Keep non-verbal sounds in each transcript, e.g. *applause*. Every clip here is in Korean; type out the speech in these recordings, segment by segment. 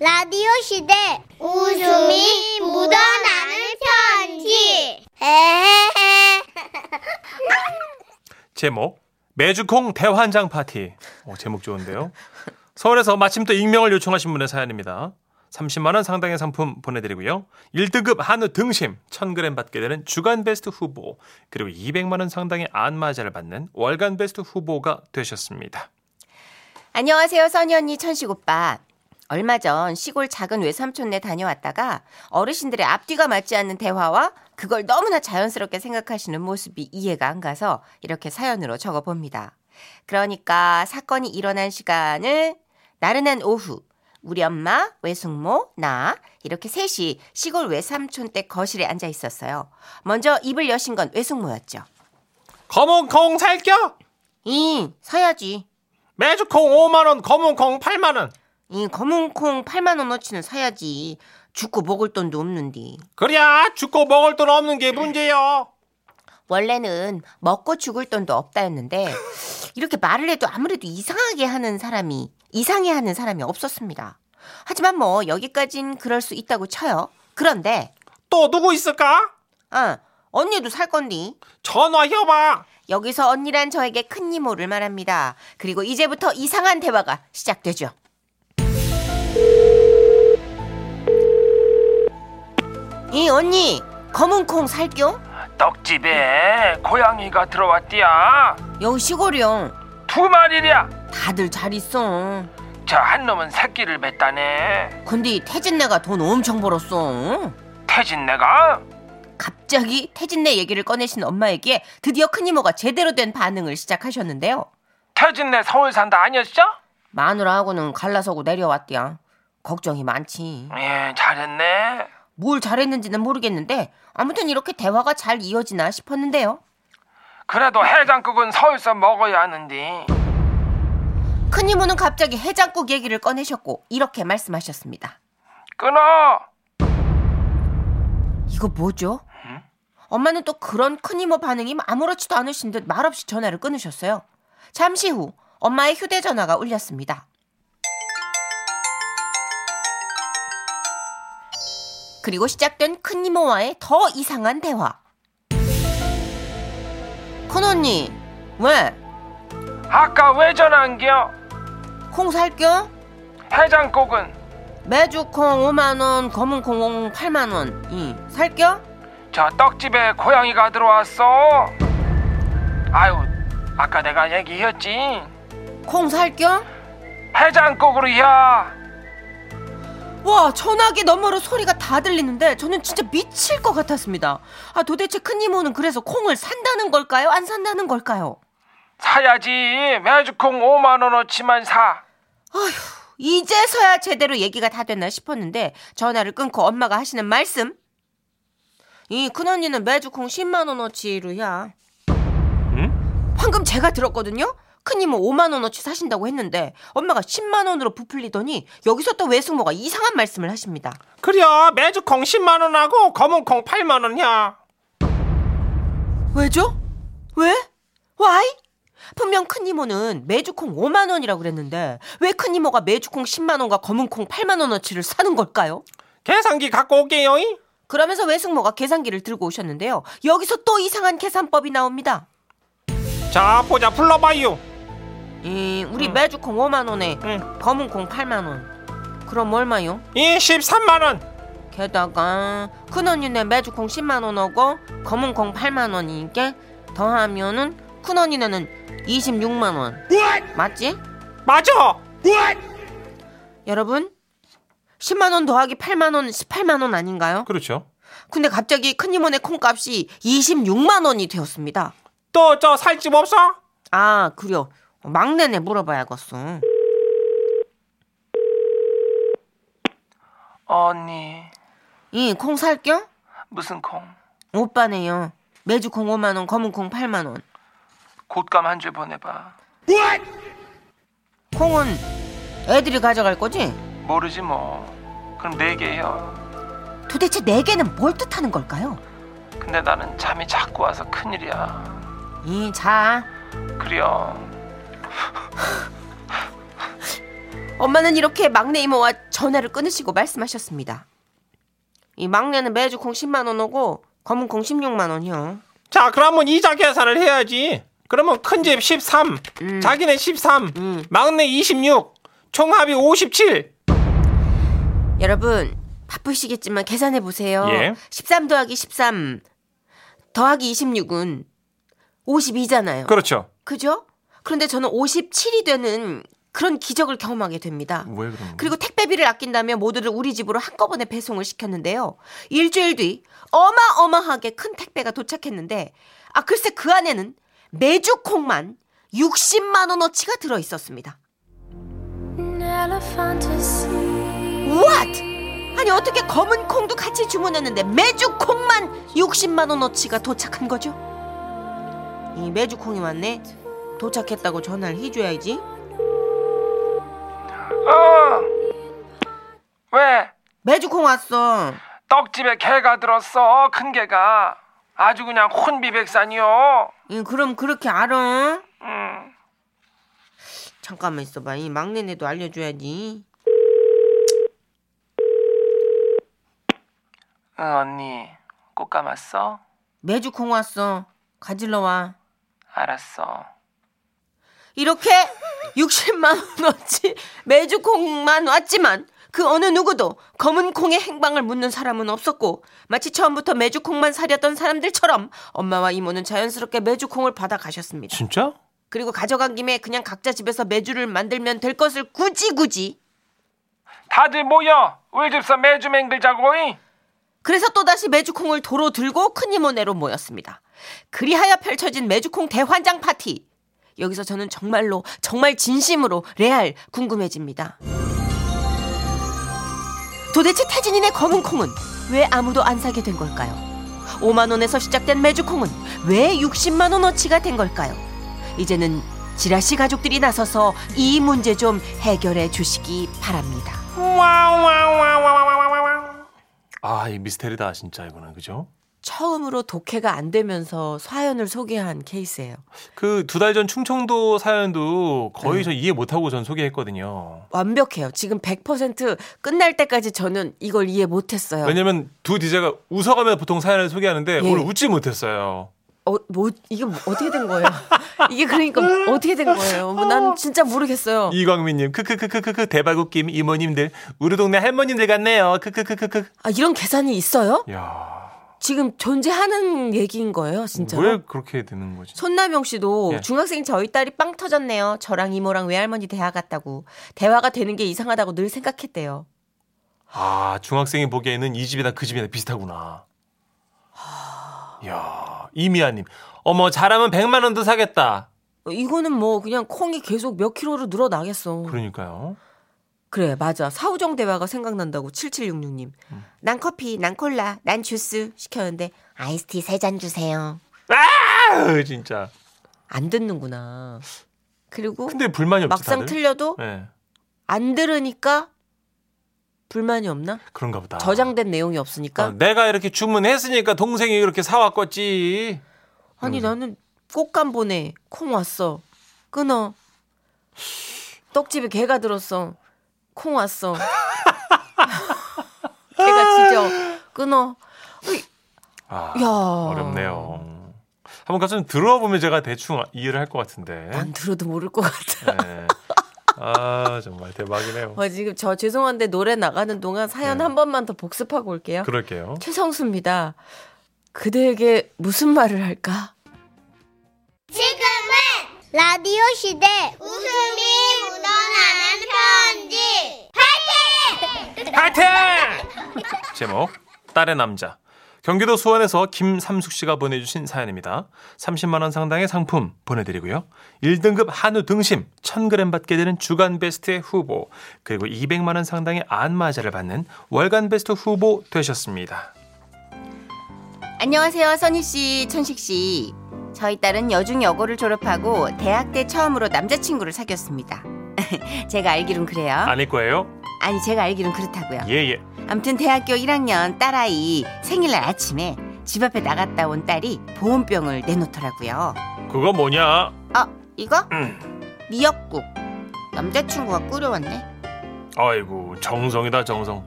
라디오 시대 웃음이 묻어나는 편지 에헤헤 제목 매주콩 대환장 파티. 어, 제목 좋은데요. 서울에서 마침 또 익명을 요청하신 분의 사연입니다. 30만 원 상당의 상품 보내드리고요. 1등급 한우 등심 1,000g 받게 되는 주간 베스트 후보 그리고 200만 원 상당의 안마자를 받는 월간 베스트 후보가 되셨습니다. 안녕하세요, 써니 언니, 천식 오빠. 얼마 전 시골 작은 외삼촌네 다녀왔다가 어르신들의 앞뒤가 맞지 않는 대화와 그걸 너무나 자연스럽게 생각하시는 모습이 이해가 안 가서 이렇게 사연으로 적어 봅니다. 그러니까 사건이 일어난 시간을 나른한 오후 우리 엄마, 외숙모, 나 이렇게 셋이 시골 외삼촌 댁 거실에 앉아 있었어요. 먼저 입을 여신 건 외숙모였죠. 검은 콩 살겨. 이 사야지. 매주콩 5만 원, 검은 콩 8만 원. 이 검은콩 8만 원어치는 사야지. 죽고 먹을 돈도 없는데. 그래야 죽고 먹을 돈 없는 게 문제요. 원래는 먹고 죽을 돈도 없다였는데 이렇게 말을 해도 아무래도 이상하게 하는 사람이 이상해 하는 사람이 없었습니다. 하지만 뭐 여기까진 그럴 수 있다고 쳐요. 그런데 또 누구 있을까? 아, 언니도 살 건디. 전화 해봐. 여기서 언니란 저에게 큰 이모를 말합니다. 그리고 이제부터 이상한 대화가 시작되죠. 이 언니 검은콩 살겨? 떡집에 고양이가 들어왔디야. 여기 시골이요. 두 마리랴. 다들 잘 있어. 저 한 놈은 새끼를 뱉다네. 근데 태진네가 돈 엄청 벌었어. 태진 내가 갑자기 태진네 얘기를 꺼내신 엄마에게 드디어 큰이모가 제대로 된 반응을 시작하셨는데요. 태진 내 서울 산다 아니었어? 마누라하고는 갈라서고 내려왔디야. 걱정이 많지. 예, 잘했네. 뭘 잘했는지는 모르겠는데 아무튼 이렇게 대화가 잘 이어지나 싶었는데요. 그래도 해장국은 서울서 먹어야 하는데. 큰 이모는 갑자기 해장국 얘기를 꺼내셨고 이렇게 말씀하셨습니다. 끊어. 이거 뭐죠? 엄마는 또 그런 큰 이모 반응이 아무렇지도 않으신 듯 말없이 전화를 끊으셨어요. 잠시 후 엄마의 휴대전화가 울렸습니다. 그리고 시작된 큰 이모와의 더 이상한 대화. 큰 언니, 왜? 아까 왜 전화한겨? 콩 살겨? 해장국은 매주콩 5만원, 검은콩 8만원. 이 살겨? 저 떡집에 고양이가 들어왔어. 아유, 아까 내가 얘기했지. 콩 살겨? 해장국으로야. 와 전화기 너머로 소리가 다 들리는데 저는 진짜 미칠 것 같았습니다. 아 도대체 큰 이모는 그래서 콩을 산다는 걸까요? 안 산다는 걸까요? 사야지. 매주콩 5만 원어치만 사. 아휴 이제서야 제대로 얘기가 다 됐나 싶었는데 전화를 끊고 엄마가 하시는 말씀 이 큰언니는 매주 콩 10만 원어치로야. 응? 방금 제가 들었거든요. 큰이모 5만 원어치 사신다고 했는데 엄마가 10만 원으로 부풀리더니 여기서 또 외숙모가 이상한 말씀을 하십니다. 그래 매주콩 10만 원하고 검은 콩 8만 원이야. 왜죠? 왜? Why? 분명 큰 이모는 매주콩 5만 원이라고 그랬는데 왜 큰 이모가 매주콩 10만 원과 검은콩 8만 원어치를 사는 걸까요? 계산기 갖고 올게요. 그러면서 외숙모가 계산기를 들고 오셨는데요. 여기서 또 이상한 계산법이 나옵니다. 자 보자 불러봐요. 이 우리 매주콩 5만 원에 응. 검은콩 8만 원. 그럼 얼마요? 이 13만 원. 게다가 큰언니네 매주콩 10만 원하고 검은콩 8만 원이니까 더하면은 큰언니네는 26만 원. 맞지? 맞아. 여러분 10만 원 더하기 8만 원 18만 원 아닌가요? 그렇죠. 근데 갑자기 큰이모네 콩값이 26만 원이 되었습니다. 또 저 살 집 없어? 아 그려 막내네 물어봐야겠어. 어, 언니 이 콩 살겨? 무슨 콩? 오빠네요. 매주 콩 5만 원, 검은 콩 8만 원. 곶감 한 줄 보내봐. 콩은 애들이 가져갈 거지? 모르지 뭐. 그럼 네 개요. 도대체 네 개는 뭘 뜻하는 걸까요? 근데 나는 잠이 자꾸 와서 큰일이야. 이 자. 그래요. 엄마는 이렇게 막내 이모와 전화를 끊으시고 말씀하셨습니다. 이 막내는 매주 공 10만 원 오고 검은 공 16만 원이요. 자, 그러면 이자 계산을 해야지. 그러면 큰 집 13, 자기네 13, 막내 26, 총합이 57. 여러분 바쁘시겠지만 계산해 보세요. 예. 13 더하기 13 더하기 26은 52잖아요. 그렇죠. 그죠? 그런데 저는 57이 되는 그런 기적을 경험하게 됩니다. 왜 그런 그리고 택배비를 아낀다며 모두를 우리 집으로 한꺼번에 배송을 시켰는데요. 일주일 뒤 어마어마하게 큰 택배가 도착했는데 아 글쎄 그 안에는 매주 콩만 60만 원어치가 들어 있었습니다. What? 아니 어떻게 검은 콩도 같이 주문했는데 매주 콩만 60만 원어치가 도착한 거죠? 이 매주 콩이 왔네. 도착했다고 전화를 해줘야지. 어. 왜? 매주 콩 왔어. 떡집에 개가 들었어. 큰 개가. 아주 그냥 혼비백산이요. 이, 그럼 그렇게 알아? 음. 잠깐만 있어봐. 이 막내네도 알려줘야지. 응, 언니. 꽃 감았어? 매주 콩 왔어. 가질러 와. 알았어. 이렇게 60만 원어치 매주 콩만 왔지만 그 어느 누구도 검은 콩의 행방을 묻는 사람은 없었고 마치 처음부터 매주 콩만 사려던 사람들처럼 엄마와 이모는 자연스럽게 매주 콩을 받아 가셨습니다. 진짜? 그리고 가져간 김에 그냥 각자 집에서 매주를 만들면 될 것을 굳이 굳이 다들 모여. 우리 집서 매주 맹글자고. 잉? 그래서 또다시 매주콩을 도로 들고 큰 이모네로 모였습니다. 그리하여 펼쳐진 매주콩 대환장 파티. 여기서 저는 정말로 정말 진심으로 레알 궁금해집니다. 도대체 태진이네 검은 콩은 왜 아무도 안 사게 된 걸까요? 5만 원에서 시작된 매주콩은 왜 60만 원어치가 된 걸까요? 이제는 지라시 가족들이 나서서 이 문제 좀 해결해 주시기 바랍니다. 아, 이 미스테리다 진짜 이거는 그죠? 처음으로 독해가 안 되면서 사연을 소개한 케이스예요. 그 두 달 전 충청도 사연도 거의 저 이해 못하고 전 소개했거든요. 완벽해요. 지금 100% 끝날 때까지 저는 이걸 이해 못했어요. 왜냐면 두 디제가 웃어가면서 보통 사연을 소개하는데 아. 예. 오늘 웃지 못했어요. 어, 뭐 이게 뭐- 어떻게 된 거예요? *laughs* 이게 그러니까 어떻게 된 거예요? 뭐, 난 진짜 모르겠어요. 이광민님, 크크크크크크 대박웃김 이모님들 우리 동네 할머님들 같네요. 크크크크크. 아, 이런 계산이 있어요? 야, 지금 존재하는 얘기인 거예요, 진짜. 왜 그렇게 되는 거지? 손나명 씨도 예. 중학생 저희 딸이 빵 터졌네요. 저랑 이모랑 외할머니 대화 같다고. 대화가 되는 게 이상하다고 늘 생각했대요. 아, 중학생이 보기에는 이 집이나 그 집이나 비슷하구나. 야, 이미아님, 어머 잘하면 100만 원도 사겠다. 어, 이거는 뭐 그냥 콩이 계속 몇 킬로로 늘어나겠어. 그러니까요. 그래 맞아 사우정 대화가 생각난다고 7766님 음. 난 커피 난 콜라 난 주스 시켰는데 아이스티 세 잔 주세요 아유, 진짜. 안 듣는구나 그리고 근데 불만이 없지 어? 막상 다들? 틀려도 예, 안 들으니까 불만이 없나 그런가 보다. 저장된 내용이 없으니까 아, 내가 이렇게 주문했으니까 동생이 이렇게 사왔겠지. 아니 나는 꽃감 보내 콩 왔어 끊어 떡집에 개가 들었어 콩 왔어 *laughs* 개가 짖어 끊어 아, 야. 어렵네요. 한번 가서 좀 들어보면 제가 대충 이해를 할 것 같은데. 안 들어도 모를 것 같아. 예. 아, 정말 대박이네요. 어, 지금 저 죄송한데 노래 나가는 동안 사연 네. 한 번만 더 복습하고 올게요. 그럴게요. 최성수입니다. 그대에게 무슨 말을 할까? 지금은 라디오 시대 웃음이 묻어나는 편지 제목 딸의 남자 경기도 수원에서 김삼숙 씨가 보내주신 사연입니다. 30만 원 상당의 상품 보내드리고요. 1등급 한우 등심 1,000g 받게 되는 주간 베스트 후보 그리고 200만 원 상당의 안마자를 받는 월간 베스트 후보 되셨습니다. 안녕하세요, 선희 씨, 천식 씨. 저희 딸은 여중 여고를 졸업하고 대학 때 처음으로 남자친구를 사귀었습니다. *laughs* 제가 알기론 그래요. 아닐 거예요? 아니 제가 알기론 그렇다고요. 예예. 아무튼 대학교 1학년 딸아이 생일날 아침에 집 앞에 나갔다 온 딸이 보온병을 내놓더라고요. 그거 뭐냐? 아 이거? 음. 미역국 남자친구가 끓여왔네 아이고 정성이다 정성.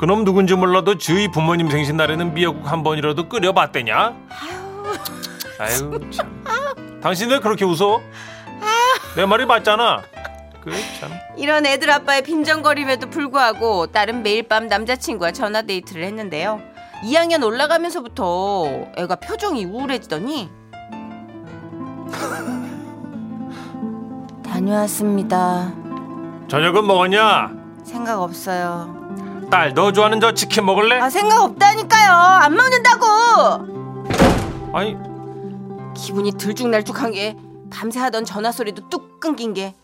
그놈 누군지 몰라도 주위 부모님 생신 날에는 미역국 한 번이라도 끓여봤대냐? 아유 참. 당신 왜 그렇게 웃어? 내 말이 맞잖아. 그래 참. 이런 애들 아빠의 빈정거림에도 불구하고 딸은 매일 밤 남자친구와 전화 데이트를 했는데요. 2학년 올라가면서부터 애가 표정이 우울해지더니 *laughs* 다녀왔습니다. 저녁은 먹었냐? 생각 없어요. 딸 너 좋아하는 저 치킨 먹을래? 아 생각 없다니까요. 안 먹는다고. 아니 기분이 들쭉날쭉한 게 밤새 하던 전화 소리도 뚝 끊긴 게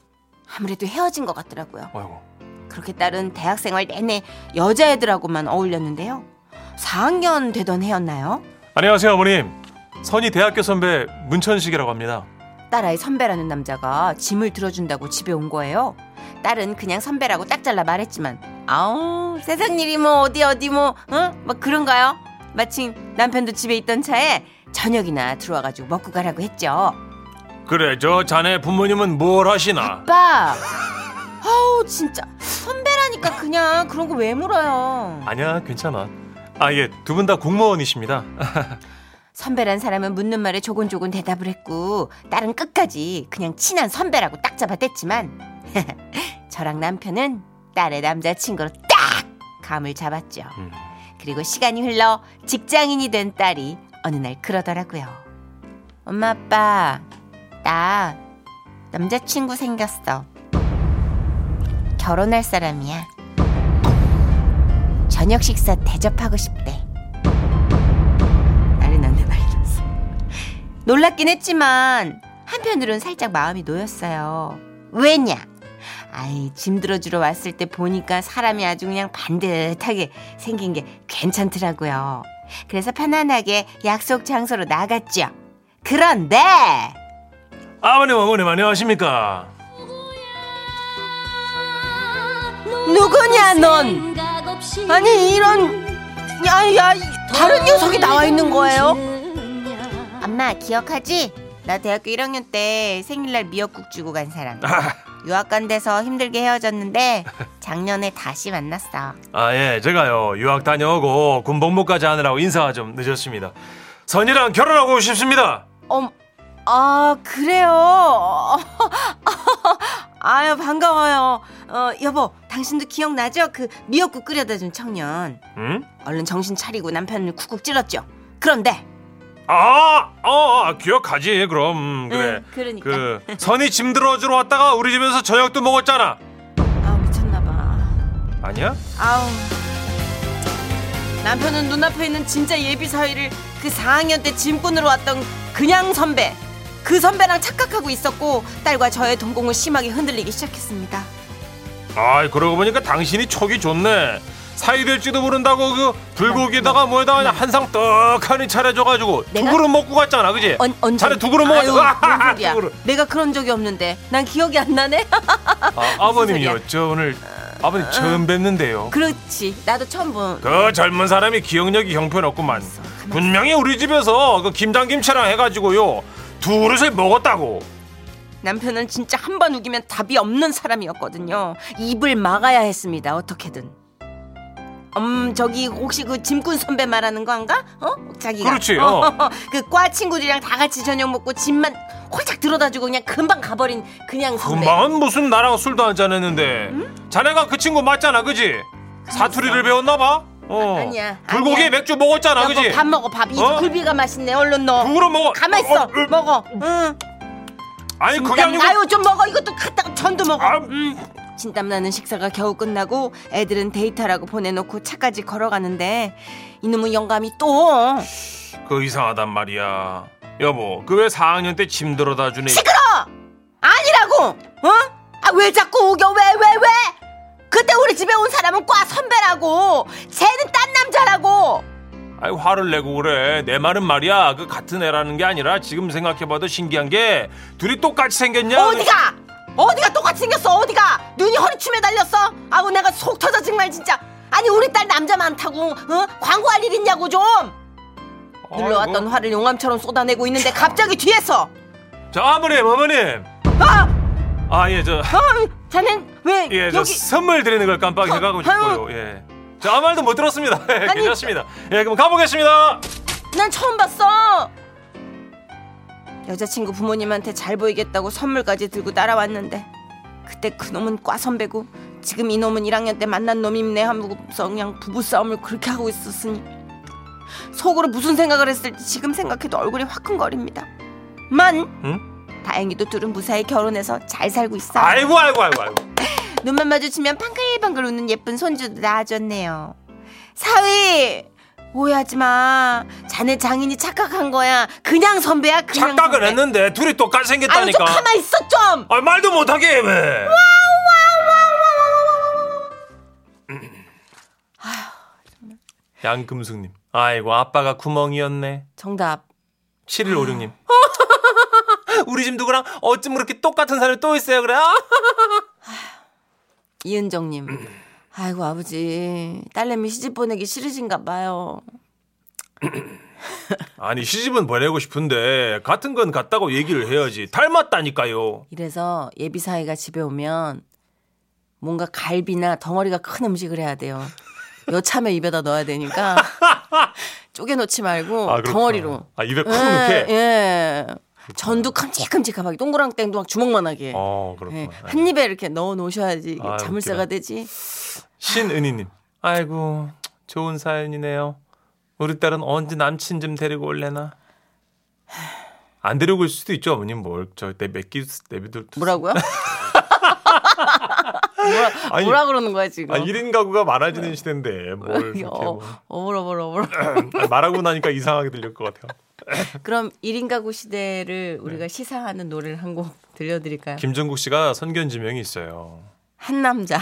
아무래도 헤어진 것 같더라고요. 아이고 그렇게 딸은 대학생활 내내 여자애들하고만 어울렸는데요. 4학년 되던 해였나요? 안녕하세요 어머님. 선희 대학교 선배 문천식이라고 합니다. 딸아이 선배라는 남자가 짐을 들어준다고 집에 온 거예요. 딸은 그냥 선배라고 딱 잘라 말했지만 아우 세상 일이 뭐 어디 어디 뭐어막 그런가요? 마침 남편도 집에 있던 차에 저녁이나 들어와가지고 먹고 가라고 했죠. 그래 저 자네 부모님은 뭘 하시나? 오빠, 아우 진짜 선배라니까 그냥 그런 거 왜 물어요? 아니야 괜찮아. 아 예 두 분 다 공무원이십니다. 선배란 사람은 묻는 말에 조곤조곤 대답을 했고 딸은 끝까지 그냥 친한 선배라고 딱 잡아댔지만 *laughs* 저랑 남편은 딸의 남자친구로 딱 감을 잡았죠. 음. 그리고 시간이 흘러 직장인이 된 딸이 어느 날 그러더라고요. 엄마 아빠 나 남자친구 생겼어. 결혼할 사람이야. 저녁 식사 대접하고 싶대. 나는 안돼 말렸어. 놀랍긴 했지만 한편으론 살짝 마음이 놓였어요. 왜냐? 아이 짐 들어주러 왔을 때 보니까 사람이 아주 그냥 반듯하게 생긴 게 괜찮더라고요. 그래서 편안하게 약속 장소로 나갔죠. 그런데 아버님 어머님 안녕하십니까? 누구냐 넌? 아니 이런 야야 다른 녀석이 나와 있는 거예요? 엄마 기억하지? 나 대학교 1학년 때 생일날 미역국 주고 간 사람. 유학 간 데서 힘들게 헤어졌는데 작년에 다시 만났어. 아 예 제가요 유학 다녀오고 군복무까지 하느라고 인사가 좀 늦었습니다. 선이랑 결혼하고 싶습니다. 엄, 아 그래요. *laughs* 아유 반가워요. 어 여보, 당신도 기억나죠? 그 미역국 끓여다 준 청년. 응? 얼른 정신 차리고 남편을 쿡쿡 찔렀죠. 그런데 아, 어, 어, 기억하지 그럼 음, 그래. 응, 그러니까. 그 선이 짐 들어주러 왔다가 우리 집에서 저녁도 먹었잖아. 아 미쳤나봐. 아니야? 아우 남편은 눈앞에 있는 진짜 예비 사위를 그 4학년 때 짐꾼으로 왔던 그냥 선배 그 선배랑 착각하고 있었고 딸과 저의 동공은 심하게 흔들리기 시작했습니다 아 그러고 보니까 당신이 촉이 좋네. 사이 될지도 모른다고 그 불고기에다가 뭐에다가 그냥 한상 떡하니 차려줘가지고 두 네. 내가? 그릇 먹고 갔잖아, 그지? 언, 언제 자네 두 그릇 먹었어. 아유, 뭔 아하하, *laughs* 소리야. 두 그릇. 내가 그런 적이 없는데 난 기억이 안 나네 *laughs* 아, 아버님이요. 저 오늘 아버님 처음 뵙는데요. 그렇지 나도 처음 본 그 젊은 사람이 기억력이 형편없구만. 분명히 우리 집에서 그 김장김치랑 해가지고요 두 그릇을 먹었다고. 남편은 진짜 한 번 우기면 답이 없는 사람이었거든요. 입을 막아야 했습니다. 어떻게든. 음 저기 혹시 그 짐꾼 선배 말하는 건가? 어? 자기가 그렇지, 어. *laughs* 그 과 친구들이랑 다 같이 저녁 먹고 집만 홀짝 들어다주고 그냥 금방 가버린 그냥 선배. 금방은 무슨 나랑 술도 한잔 했는데 음? 자네가 그 친구 맞잖아, 그지? 사투리를 배웠나 봐. 어. 아, 아니야, 불고기 아니야. 에 맥주 먹었잖아, 여보, 그지? 밥 먹어 밥. 이 어? 굴비가 맛있네. 얼른 넣어. 두 그릇 먹어. 가만 있어. 어, 어, 먹어. 응. 아니 그게 일단 아니고. 아유 좀 먹어. 이것도 갖다가 전도 먹어. 아, 음. 진땀나는 식사가 겨우 끝나고 애들은 데이터라고 보내놓고 차까지 걸어가는데 이놈의 영감이 또 그 이상하단 말이야. 여보, 그 왜 4학년 때 짐 들어다 주네. 아니라고 어? 아 왜 자꾸 우겨 왜 왜 왜 그때 우리 집에 온 사람은 과 선배라고 쟤는 딴 남자라고 아이 화를 내고 그래. 내 말은 말이야. 그 같은 애라는 게 아니라 지금 생각해봐도 신기한 게 둘이 똑같이 생겼냐? 어디가 어디가 똑같이 생겼어 어디가 눈이 허리춤에 달렸어 아우 내가 속 터져 정말 진짜 아니 우리 딸 남자 많다고 어? 광고할 일 있냐고 좀 아이고. 눌러왔던 화를 용암처럼 쏟아내고 있는데 갑자기 뒤에서 저 어머님, 어머님. 아! 아 예, 저 아, 자넨 왜 예, 저 여기 선물 드리는 걸 깜빡 어, 생각하고 아유. 싶고요. 예. 저 아무 말도 못 들었습니다. *laughs* 예, 아니, 괜찮습니다. 예, 그럼 가보겠습니다. 난 처음 봤어. 여자친구 부모님한테 잘 보이겠다고 선물까지 들고 따라왔는데 그때 그놈은 과 선배고 지금 이놈은 1학년 때 만난 놈이네 하면서 그냥 부부싸움을 그렇게 하고 있었으니 속으로 무슨 생각을 했을지 지금 생각해도 얼굴이 화끈거립니다. 만 응? 다행히도 둘은 무사히 결혼해서 잘 살고 있어. 아이고, 아이고, 아이고, 아이고. 눈만 마주치면 방글방글 웃는 예쁜 손주도 낳아줬네요. 사위! 오해하지 마. 자네 장인이 착각한 거야. 그냥 선배야, 그냥. 착각을 선배. 했는데 둘이 똑같이 아유, 좀 생겼다니까. 가만 있어, 좀! 아, 말도 못하게 왜? 양금숙님, 아이고 아빠가 구멍이었네. 정답. 7156님. *laughs* 우리 집 누구랑 어쩜 그렇게 똑같은 사람이 또 있어요 그래? 아, 이은정님. *clears throat* 아이고, 아버지. 딸내미 시집 보내기 싫으신가 봐요. 아니 시집은 보내고 싶은데 같은 건 같다고 얘기를 해야지 닮았다니까요. 이래서 예비 사위가 집에 오면 뭔가 갈비나 덩어리가 큰 음식을 해야 돼요. 여참에 입에다 넣어야 *laughs* 되니까 쪼개놓지 말고 그렇구나. 덩어리로. 아 입에 콕 예, 넣게. 예. 전도 큼직큼직하게 동그랑땡도 막 주먹만하게. 어 예. 그렇구나. 한 입에 이렇게 넣어 놓으셔야지 이게 아유, 자물쇠가 웃기다. 되지. 신은희님. 아이고 좋은 사연이네요. 우리 딸은 언제 남친 좀 데리고 올래나? 안 데리고 올 수도 있죠 어머님 뭘저내 맥기 내비둘 뭐라고요? 뭐라, *laughs* 아니, 뭐라 그러는 거야 지금? 아 1인 가구가 네. 많아지는 시대인데 뭘 이렇게 어, 뭐. 어불어불 어불. *laughs* 아, 말하고 나니까 이상하게 들릴 것 같아요. 그럼 1인 가구 시대를 네. 우리가 시사하는 노래를 한 곡 들려드릴까요? 김정국 씨가 선견 지명이 있어요. 한 남자.